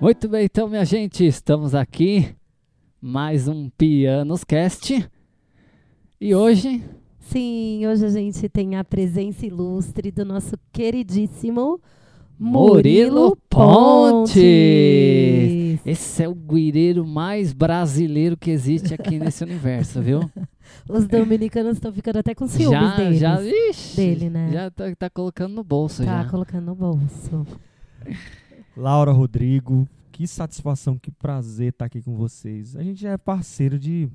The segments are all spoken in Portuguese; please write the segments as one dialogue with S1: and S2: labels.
S1: Muito bem, então, minha gente, estamos aqui. Mais um Pianos Cast. E hoje,
S2: Sim, hoje a gente tem a presença ilustre do nosso queridíssimo
S1: Murilo
S2: Murilo
S1: Pontes.
S2: Pontes.
S1: esse é o guireiro mais brasileiro que existe aqui nesse universo, viu?
S2: Os dominicanos estão ficando até com ciúmes
S1: já,
S2: deles.
S1: já, ixi,
S2: Dele, né?
S1: já tá, tá colocando no bolso
S2: tá
S1: já.
S2: colocando no bolso.
S3: Laura Rodrigo, que satisfação, que prazer estar aqui com vocês. A gente já é parceiro de.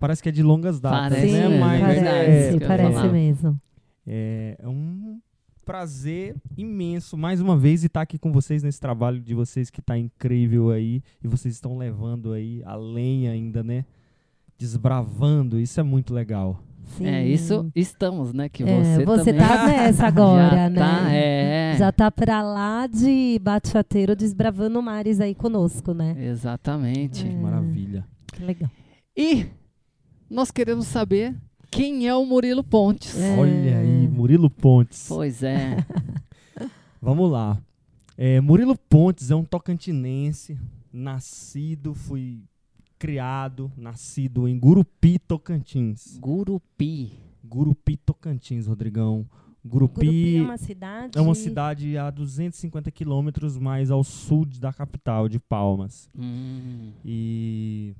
S3: Parece que é de longas datas,
S1: Parece
S2: Sim,
S3: né?
S1: mesmo, é
S3: Mas
S2: parece,
S1: verdade, isso que eu ia
S2: parece
S1: falar.
S2: mesmo.
S3: é, é um prazer imenso, mais uma vez, estar aqui com vocês nesse trabalho de vocês que tá incrível aí. E vocês estão levando aí além ainda, né? Desbravando, isso é muito legal.
S2: Sim.
S1: É isso, estamos, né? Que
S2: É,
S1: você,
S2: você
S1: também
S2: tá nessa
S1: já
S2: agora, né?
S1: Tá, é,
S2: Já tá pra lá de bate-chateiro desbravando mares aí conosco,
S1: É.
S2: né?
S1: Exatamente.
S3: Que maravilha.
S2: Que legal.
S1: E nós queremos saber quem é o Murilo Pontes.
S2: É.
S3: Olha aí, Murilo Pontes.
S1: Pois é.
S3: Vamos lá. É, Murilo Pontes é um tocantinense, nascido, fui criado, nascido em Gurupi, Tocantins.
S1: Gurupi.
S3: Gurupi, Tocantins, Rodrigão.
S2: Gurupi
S3: Gurupi,
S2: é uma cidade.
S3: é uma cidade a 250 quilômetros mais ao sul de- da capital, de Palmas.
S1: Hum.
S3: E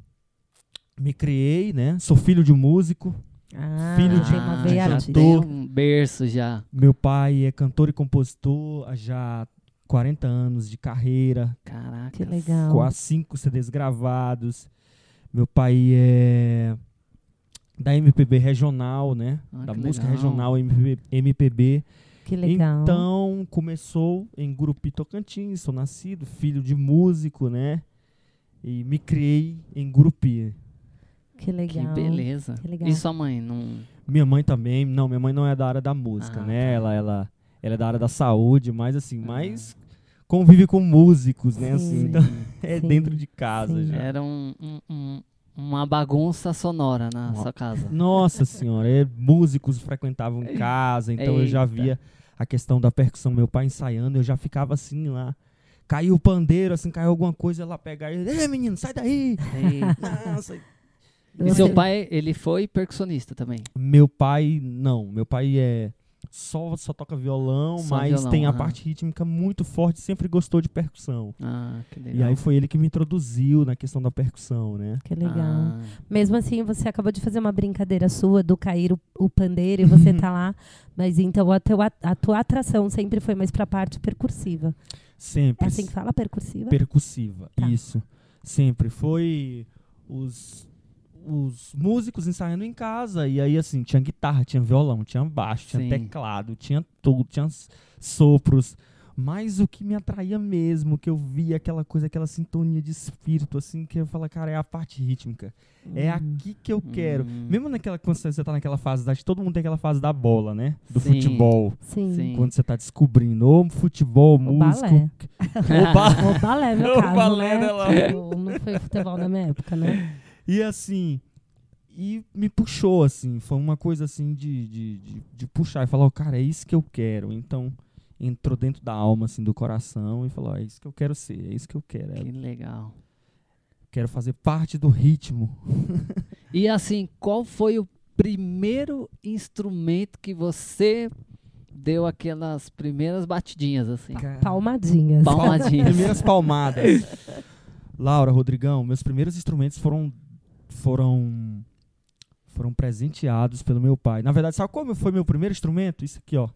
S3: me criei, né? Sou filho de um músico.
S2: Ah,
S3: filho de-
S2: tem uma veia
S3: de
S2: artística.
S3: ator.
S1: Tem um berço já.
S3: Meu pai é cantor e compositor há já 40 anos de carreira,
S1: Caraca.
S2: Que legal.
S3: com as cinco CDs gravados. Meu pai é da MPB regional, né?
S1: Ah,
S3: da
S1: que
S3: música
S1: legal.
S3: regional MPB, MPB.
S2: Que legal.
S3: Então, começou em Gurupi Tocantins, sou nascido, filho de músico, né? E me criei em Gurupi.
S2: que
S1: Que
S2: legal.
S1: beleza.
S2: Que legal.
S1: E sua mãe? Não...
S3: Minha mãe também, não, minha mãe não é da área da música,
S1: Ah,
S3: né?
S1: tá. Ah.
S3: Ela, ela, ela é da área da saúde, mas assim, mas convive com músicos, né? Assim,
S2: Sim.
S3: então, é
S2: sim,
S3: dentro de casa
S2: sim.
S3: já.
S1: Era um- um- um- uma bagunça sonora na
S3: Uma-
S1: sua casa.
S3: Nossa senhora, é, músicos frequentavam em casa, então eu já
S1: Eita.
S3: via a questão da percussão, meu pai ensaiando, eu já ficava assim lá. Caiu o pandeiro, assim, caiu alguma coisa, ela pegava e, ei menino, sai daí!
S1: E,
S3: Nossa.
S1: e
S2: Você-
S1: seu pai, ele foi percussionista também.
S3: Meu pai, não, meu pai é só, só toca violão,
S1: Só
S3: mas
S1: violão,
S3: tem a
S1: aham.
S3: parte rítmica muito forte, sempre gostou de percussão.
S1: Ah, que legal.
S3: E aí foi ele que me introduziu na questão da percussão, né?
S2: Que legal.
S1: Ah,
S2: Mesmo assim, você acabou de fazer uma brincadeira sua do cair o, o pandeiro e você tá lá. Mas então a, teu, a, tua atração sempre foi mais pra parte percursiva. É
S3: Sempre.
S2: assim que fala,
S1: Né?
S2: percursiva?
S3: percussiva.
S2: Tá.
S3: Isso. Sempre foi os os músicos ensaiando em casa e aí assim, tinha guitarra, tinha violão, tinha baixo, tinha
S1: Sim.
S3: teclado, tinha tudo, tinha s- sopros. Mas o que me atraía mesmo, que eu via aquela coisa, aquela sintonia de espírito assim, que eu falo, cara, é a parte rítmica. É aqui que eu quero.
S1: hum.
S3: Mesmo naquela quando você tá naquela fase da todo mundo tem aquela fase da bola, né? Do
S1: Sim.
S3: futebol.
S2: Sim.
S1: Sim.
S3: Quando você tá descobrindo ou futebol,
S2: O
S3: música,
S2: balé.
S3: ou ba-
S2: O balé, meu
S3: O
S2: caso,
S3: balé
S2: né?
S3: dela.
S2: Tipo, não foi futebol na minha época, né?
S3: E assim, e me puxou, assim, foi uma coisa assim de, de, de, de puxar e falar, "Ó, cara, é isso que eu quero. Então, entrou dentro da alma, assim, do coração e falou, "Ó, é isso que eu quero ser, é isso que eu quero.
S1: Que
S3: Eu
S1: legal.
S3: quero fazer parte do ritmo.
S1: E assim, qual foi o primeiro instrumento que você deu aquelas primeiras batidinhas, assim?
S2: Palmadinhas.
S1: Palmadinhas.
S3: Primeiras palmadas. Laura, Rodrigão, meus primeiros instrumentos foram foram foram presenteados pelo meu pai. Na verdade, sabe como foi meu primeiro instrumento? Isso aqui, ó.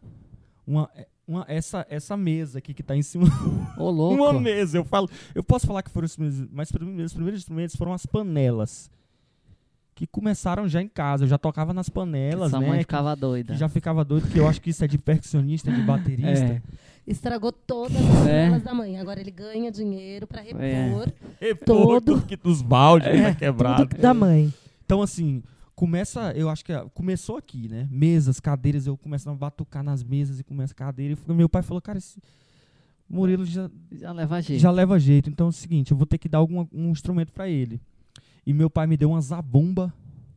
S3: Uma, é, uma, essa, essa mesa aqui que tá em cima
S1: Ô, louco.
S3: Uma mesa, eu falo. Eu posso falar que foram os meus, mas prim- meus primeiros instrumentos foram as panelas. Que começaram já em casa. Eu já tocava nas panelas,
S1: Sua
S3: né?
S1: mãe
S3: que-
S1: ficava doida.
S3: que já ficava doido, que eu acho que isso é de percussionista, de baterista.
S1: É.
S2: Estragou todas as
S1: É.
S2: bolas da manhã. Agora ele ganha dinheiro pra repor
S3: E
S2: Todo.
S3: pô, tudo que dos baldes que tá quebrado.
S2: tudo da mãe.
S3: Então, assim, começa, eu acho que ah, começou aqui, né? Mesas, cadeiras, eu começo a batucar nas mesas e começa a cadeira. E foi- meu pai falou, cara, esse Murilo já,
S1: Já leva jeito.
S3: já leva jeito. Então é o seguinte, eu vou ter que dar algum um instrumento pra ele. E meu pai me deu uma zabumba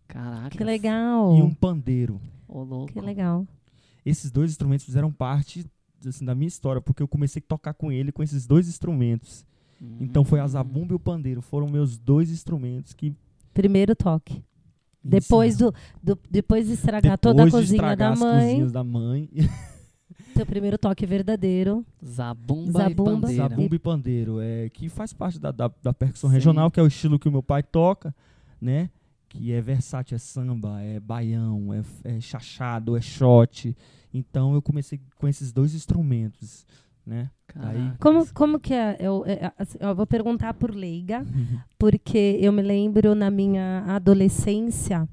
S1: Caraca.
S2: Que legal.
S3: e um pandeiro.
S1: Ô, louco.
S2: Que legal.
S3: Esses dois instrumentos fizeram parte assim, da minha história, porque eu comecei a tocar com ele com esses dois instrumentos.
S1: Hum.
S3: Então foi
S2: Hum.
S3: a zabumba e o pandeiro, foram meus dois instrumentos que
S2: Primeiro toque. Depois, do, do- depois de estragar toda a
S3: Depois de
S2: cozinha
S3: estragar
S2: da
S3: as
S2: mãe,
S3: cozinhas da mãe.
S2: teu primeiro toque verdadeiro.
S1: Zabumba,
S2: Zabumba.
S1: e pandeira.
S3: Zabumba e pandeiro, é, que faz parte da, da, da percussão
S1: Sim.
S3: regional, que é o estilo que o meu pai toca, né? Que é versátil, é samba, é baião, é, é chachado, é shot. Então eu comecei com esses dois instrumentos, né?
S1: Caraca.
S2: Como, como que é? Eu, é, assim, ó, eu vou perguntar por leiga. porque eu me lembro na minha adolescência,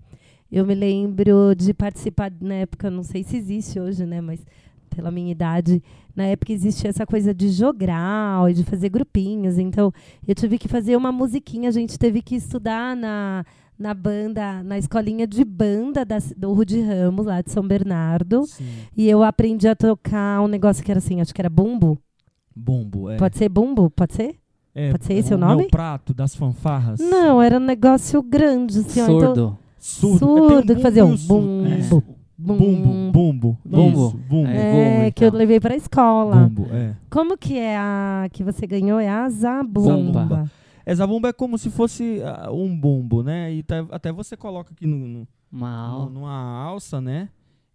S2: eu me lembro de participar na época, não sei se existe hoje, né, mas pela minha idade, na época existia essa coisa de jogral e de fazer grupinhos, então eu tive que fazer uma musiquinha, a gente teve que estudar na na banda, na escolinha de banda da ci- do Rude Ramos, lá de São Bernardo.
S3: Sim.
S2: E eu aprendi a tocar um negócio que era assim, acho que era bumbo.
S3: Bombo, é.
S2: Pode ser bumbo? Pode ser?
S3: É,
S2: pode ser esse o
S3: Meu
S2: nome?
S3: prato das fanfarras.
S2: Não, era um negócio grande. Assim, ó, então-
S1: Surdo.
S3: Surdo.
S2: Surdo,
S3: é,
S2: que
S3: tem um
S2: fazia um
S3: bumbo. e o surdo.
S2: bumbo,
S3: Isso. É. Bumbo, bumbo.
S1: Bumbo.
S3: Isso, bumbo.
S1: É,
S2: É,
S1: bumbo e
S2: que eu
S1: tal.
S3: então.
S2: levei pra escola.
S3: Bumbo, é.
S2: Como que é a que você ganhou? É a zabumba.
S1: Zabumba.
S3: É, zabumba é como se fosse ah, um bumbo, né? E tá- até você coloca aqui no, no-
S1: Mal.
S3: no- numa alça, né?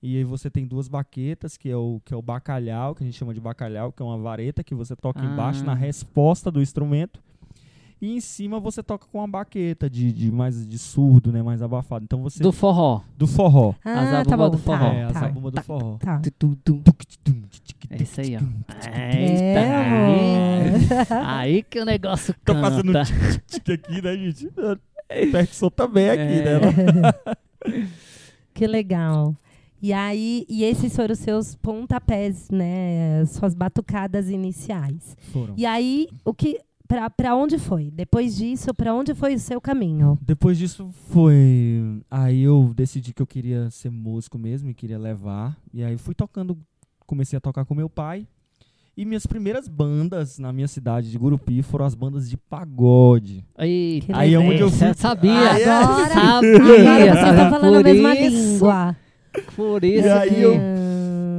S3: E aí você tem duas baquetas, que é, o, que é o bacalhau, que a gente chama de bacalhau, que é uma vareta que você toca
S1: Ah.
S3: embaixo na resposta do instrumento. E em cima você toca com uma baqueta de, de mais de surdo, né? Mais abafado. Então você.
S1: Do forró.
S3: do forró.
S1: A
S2: Ah,
S1: zabumba
S2: tá bom.
S1: do forró.
S3: é,
S2: Tá,
S3: a
S2: tá,
S3: zabumba do forró.
S2: tá.
S1: É isso aí, ó. Eita.
S2: É, amor.
S1: aí, aí que o negócio
S3: Tô
S1: canta.
S3: fazendo Tique aqui, né, gente? Percussão também aqui,
S1: É.
S3: né?
S2: que legal. E aí, e esses foram os seus pontapés, né? Suas batucadas iniciais.
S3: Foram.
S2: E aí, o que pra, pra onde foi? Depois disso, pra onde foi o seu caminho?
S3: Depois disso foi. Aí eu decidi que eu queria ser músico mesmo e queria levar. E aí fui tocando, comecei a tocar com meu pai. E minhas primeiras bandas na minha cidade de Gurupi foram as bandas de pagode.
S1: Eita,
S2: Aí é
S3: onde eu
S1: você
S3: fui-
S1: sabia.
S3: Ah, é?
S2: Agora-
S1: sabia.
S2: Agora vocês
S1: sabia.
S2: estão falando a
S1: Por
S2: mesma
S1: isso-
S2: língua.
S1: Por isso
S3: E aí
S1: que-
S3: eu-
S2: Ah.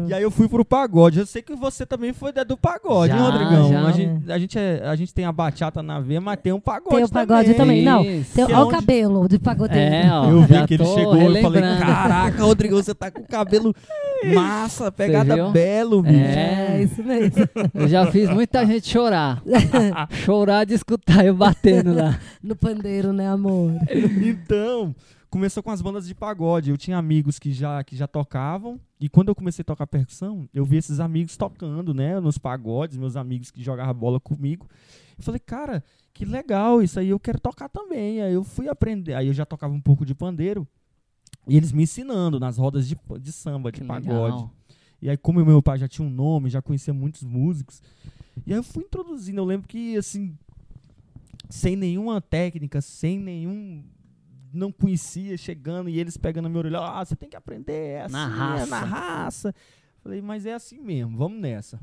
S3: E aí eu fui pro pagode. Eu sei que você também foi da do pagode, hein,
S1: Já,
S3: Rodrigão?
S1: já.
S3: A, gente, a, gente é- a gente tem a bachata na veia, mas tem um pagode
S2: Tem o pagode também. Não,
S1: Isso.
S2: Tem,
S3: Que é
S2: ó o
S3: onde-
S2: cabelo de pagodeiro.
S1: É, ó.
S3: Eu vi
S1: já
S3: que ele
S1: tô
S3: chegou e falei:
S1: relembrando. É
S3: Caraca, Rodrigão, você tá com o cabelo massa, pegada
S1: viu?
S3: belo, bicho.
S2: É,
S1: É,
S2: isso mesmo.
S1: eu já fiz muita gente chorar. chorar de escutar eu batendo lá.
S2: No pandeiro, né, amor?
S3: Então, começou com as bandas de pagode. Eu tinha amigos que já, que já tocavam. E quando eu comecei a tocar percussão, eu vi esses amigos tocando, né? Nos pagodes, meus amigos que jogavam bola comigo. Eu falei, cara, que legal, isso aí eu quero tocar também. Aí eu fui aprender. Aí eu já tocava um pouco de pandeiro. E eles me ensinando nas rodas de, de samba, de
S1: Que
S3: pagode.
S1: legal.
S3: E aí, como meu pai já tinha um nome, já conhecia muitos músicos, e aí eu fui introduzindo. Eu lembro que, assim, sem nenhuma técnica, sem nenhum. Não conhecia, chegando e eles pegando a minha orelha. Ah, você tem que aprender, é assim,
S1: Na
S3: é
S1: raça."
S3: na raça. Falei, mas é assim mesmo, vamos nessa.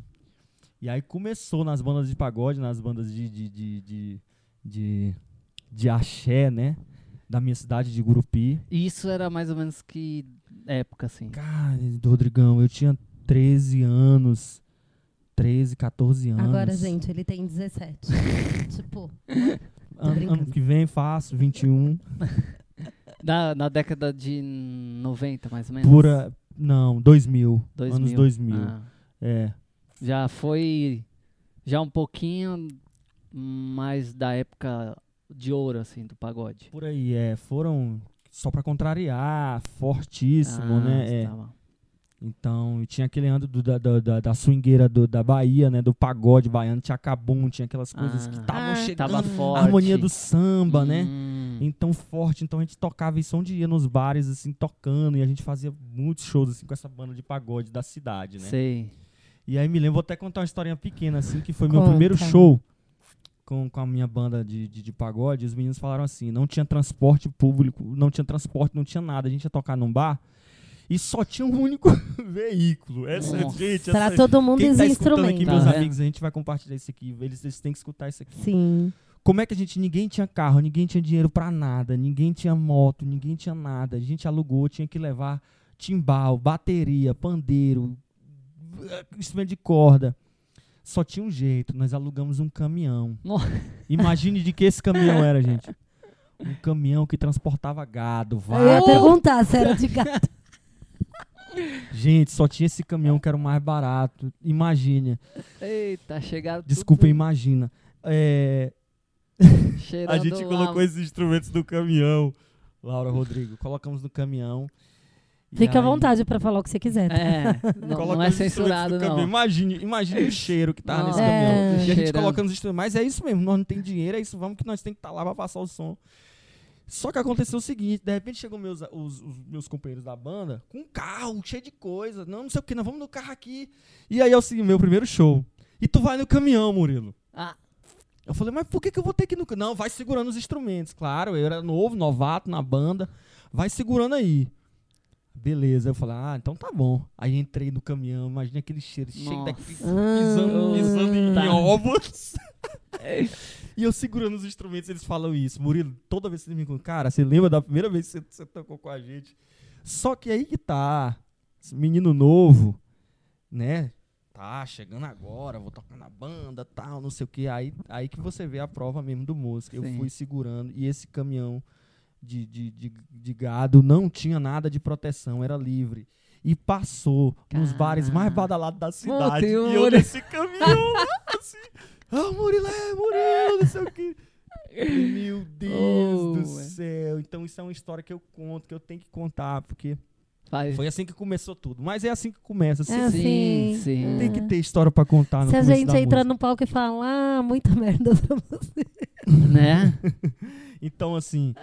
S3: E aí começou nas bandas de pagode, nas bandas de. de, de, de, de, de axé, né? Da minha cidade de Gurupi.
S1: Isso era mais ou menos que época, assim.
S3: Cara, Rodrigão, eu tinha 13 anos. 13, 14 anos.
S2: Agora, gente, ele tem 17. tipo,
S3: Ano- ano
S2: brincando.
S3: que vem faço 21.
S1: Na, na década de 90, mais ou menos.
S3: Pura. Não, 2000.
S1: 2000.
S3: Anos 2000.
S1: Ah,
S3: É.
S1: já foi. Já um pouquinho mais da época de ouro, assim, do pagode.
S3: Por aí, é. Foram. Só pra contrariar, fortíssimo,
S1: Ah,
S3: né? É.
S1: tá bom.
S3: Então, e tinha aquele ano do- da, da, da, da swingueira do- da Bahia, né? Do pagode baiano, tinha cabum, tinha aquelas coisas
S1: Ah.
S3: que estavam
S2: Ah,
S3: chegando.
S1: Tava
S3: a
S1: forte.
S3: Hum, harmonia do samba, né?
S1: Hum.
S2: Uhum.
S3: então forte. Então a gente tocava isso onde ia nos bares, assim, tocando. E a gente fazia muitos shows, assim, com essa banda de pagode da cidade, né?
S1: Sei.
S3: E aí me lembro, vou até contar uma historinha pequena, assim, que foi meu
S2: Conta.
S3: primeiro show com, com a minha banda de, de, de pagode. E os meninos falaram assim: não tinha transporte público, não tinha transporte, não tinha nada. A gente ia tocar num bar e só tinha um único veículo. Essa
S1: Nossa.
S3: gente,
S2: pra
S3: essa
S2: todo mundo né?
S3: quem
S2: os
S3: tá escutando aqui,
S2: instrumentos.
S3: meus
S1: Tá vendo?
S3: amigos, a gente vai compartilhar isso aqui. Eles, eles têm que escutar isso aqui.
S2: Sim.
S3: Como é que a gente. Ninguém tinha carro, ninguém tinha dinheiro pra nada, ninguém tinha moto, ninguém tinha nada. A gente alugou, tinha que levar timbal, bateria, pandeiro, eh, instrumento de corda. Só tinha um jeito, nós alugamos um caminhão.
S1: No-
S3: Imagine de que esse caminhão era, gente. Um caminhão que transportava gado,
S2: Eu um- ia
S3: vaca.
S2: perguntar se era de gato.
S3: Gente, só tinha esse caminhão que era o mais barato. Imagine.
S1: Eita, chegaram tudo
S3: Desculpa, imagina. É,
S1: cheirando
S3: a gente
S1: lá. um
S3: colocou esses instrumentos no caminhão. Laura Rodrigo, colocamos no caminhão. E
S2: Fica à
S3: aí-
S2: vontade pra falar o que você quiser. tá?
S1: É, não, não
S3: Colocamos
S1: é
S3: os instrumentos
S1: censurado,
S3: no caminhão.
S1: não.
S3: Imagine, imagine o cheiro que tava nesse
S1: Não,
S3: caminhão.
S2: É.
S3: E a gente
S1: cheirando.
S3: colocando os instrumentos. Mas é isso mesmo, nós não tem dinheiro, é isso, vamos que nós tem que estar lá pra passar o som. Só que aconteceu o seguinte, de repente chegou meus, os, os meus companheiros da banda com um carro cheio de coisa. Não, não sei o que, nós vamos no carro aqui. E aí é o seguinte, meu primeiro show. E tu vai no caminhão, Murilo.
S1: Ah,
S3: Eu falei, mas por que, que eu vou ter que ir no. ca-?" Não, vai segurando os instrumentos, claro. Eu era novo, novato na banda. Vai segurando aí. Beleza, eu falei, ah, então tá bom. Aí entrei no caminhão, imagina aquele cheiro cheio
S1: Nossa.
S3: daqui pisando,
S1: Ah,
S3: pisando em,
S1: tá.
S3: em ovos. e eu segurando os instrumentos, eles falam isso. Murilo, toda vez que eles me encontram, cara, você lembra da primeira vez que você, você tocou com a gente? Só que aí que tá. Esse menino novo, né? Tá chegando agora, vou tocar na banda, tal, não sei o que. Aí, aí que você vê a prova mesmo do músico. Eu
S1: Sim.
S3: fui segurando e esse caminhão de, de, de, de gado não tinha nada de proteção, era livre. E passou nos
S1: Caraca.
S3: bares mais badalados da cidade.
S1: tem um
S3: e eu
S1: olho-
S3: nesse caminhão, assim. Ah, Murilo, é, Murilo, não sei o que. Meu Deus do
S1: Oh, é.
S3: céu. Então isso é uma história que eu conto, que eu tenho que contar, porque
S1: faz.
S3: foi assim que começou tudo. Mas é assim que começa. assim,
S2: É assim.
S1: Sim, sim.
S3: Tem que ter história pra contar no
S2: Se a
S3: começo
S2: gente
S3: da
S2: entrar
S3: música.
S2: no palco e falar, ah, muita merda pra você.
S1: Né?
S3: Então, assim.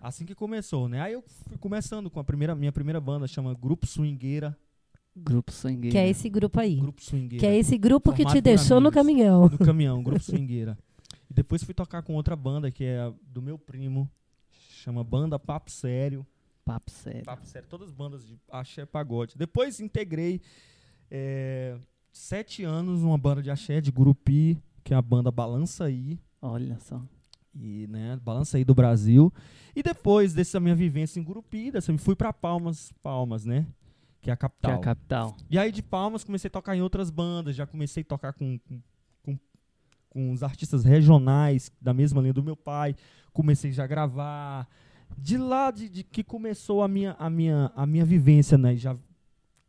S3: Assim que começou, né? Aí eu fui começando com a primeira, minha primeira banda, chama Grupo Swingueira.
S1: Grupo Sangueiro.
S2: Que é esse grupo aí.
S3: né? Grupo Swingueira.
S2: Que é esse grupo que
S3: Formado
S2: te
S3: por
S2: deixou no
S3: amigos.
S2: caminhão.
S3: No caminhão, Grupo Swingueira. E depois fui tocar com outra banda, que é a do meu primo. Chama Banda Papo Sério.
S1: Papo sério.
S3: Papo Sério, todas as bandas de axé pagode. Depois integrei é, sete anos uma banda de axé de Grupi, que é a banda Balança I.
S1: Olha só.
S3: e né, balança aí do Brasil. E depois dessa minha vivência em Gurupi, dessa, eu fui pra Palmas, Palmas, né? Que é a
S1: Que é
S3: capital.
S1: a capital.
S3: E aí de Palmas comecei a tocar em outras bandas, já comecei a tocar com com, com, com os artistas regionais da mesma linha do meu pai, comecei já a gravar. De lá de, de que começou a minha a minha a minha vivência, né? Já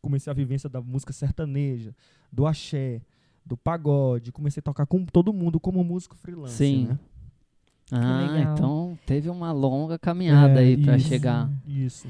S3: comecei a vivência da música sertaneja, do axé, do pagode, comecei a tocar com todo mundo como músico freelance,
S1: Sim.
S3: né?
S1: Ah,
S2: legal.
S1: então teve uma longa caminhada aí pra
S3: isso.
S1: chegar.
S3: Isso.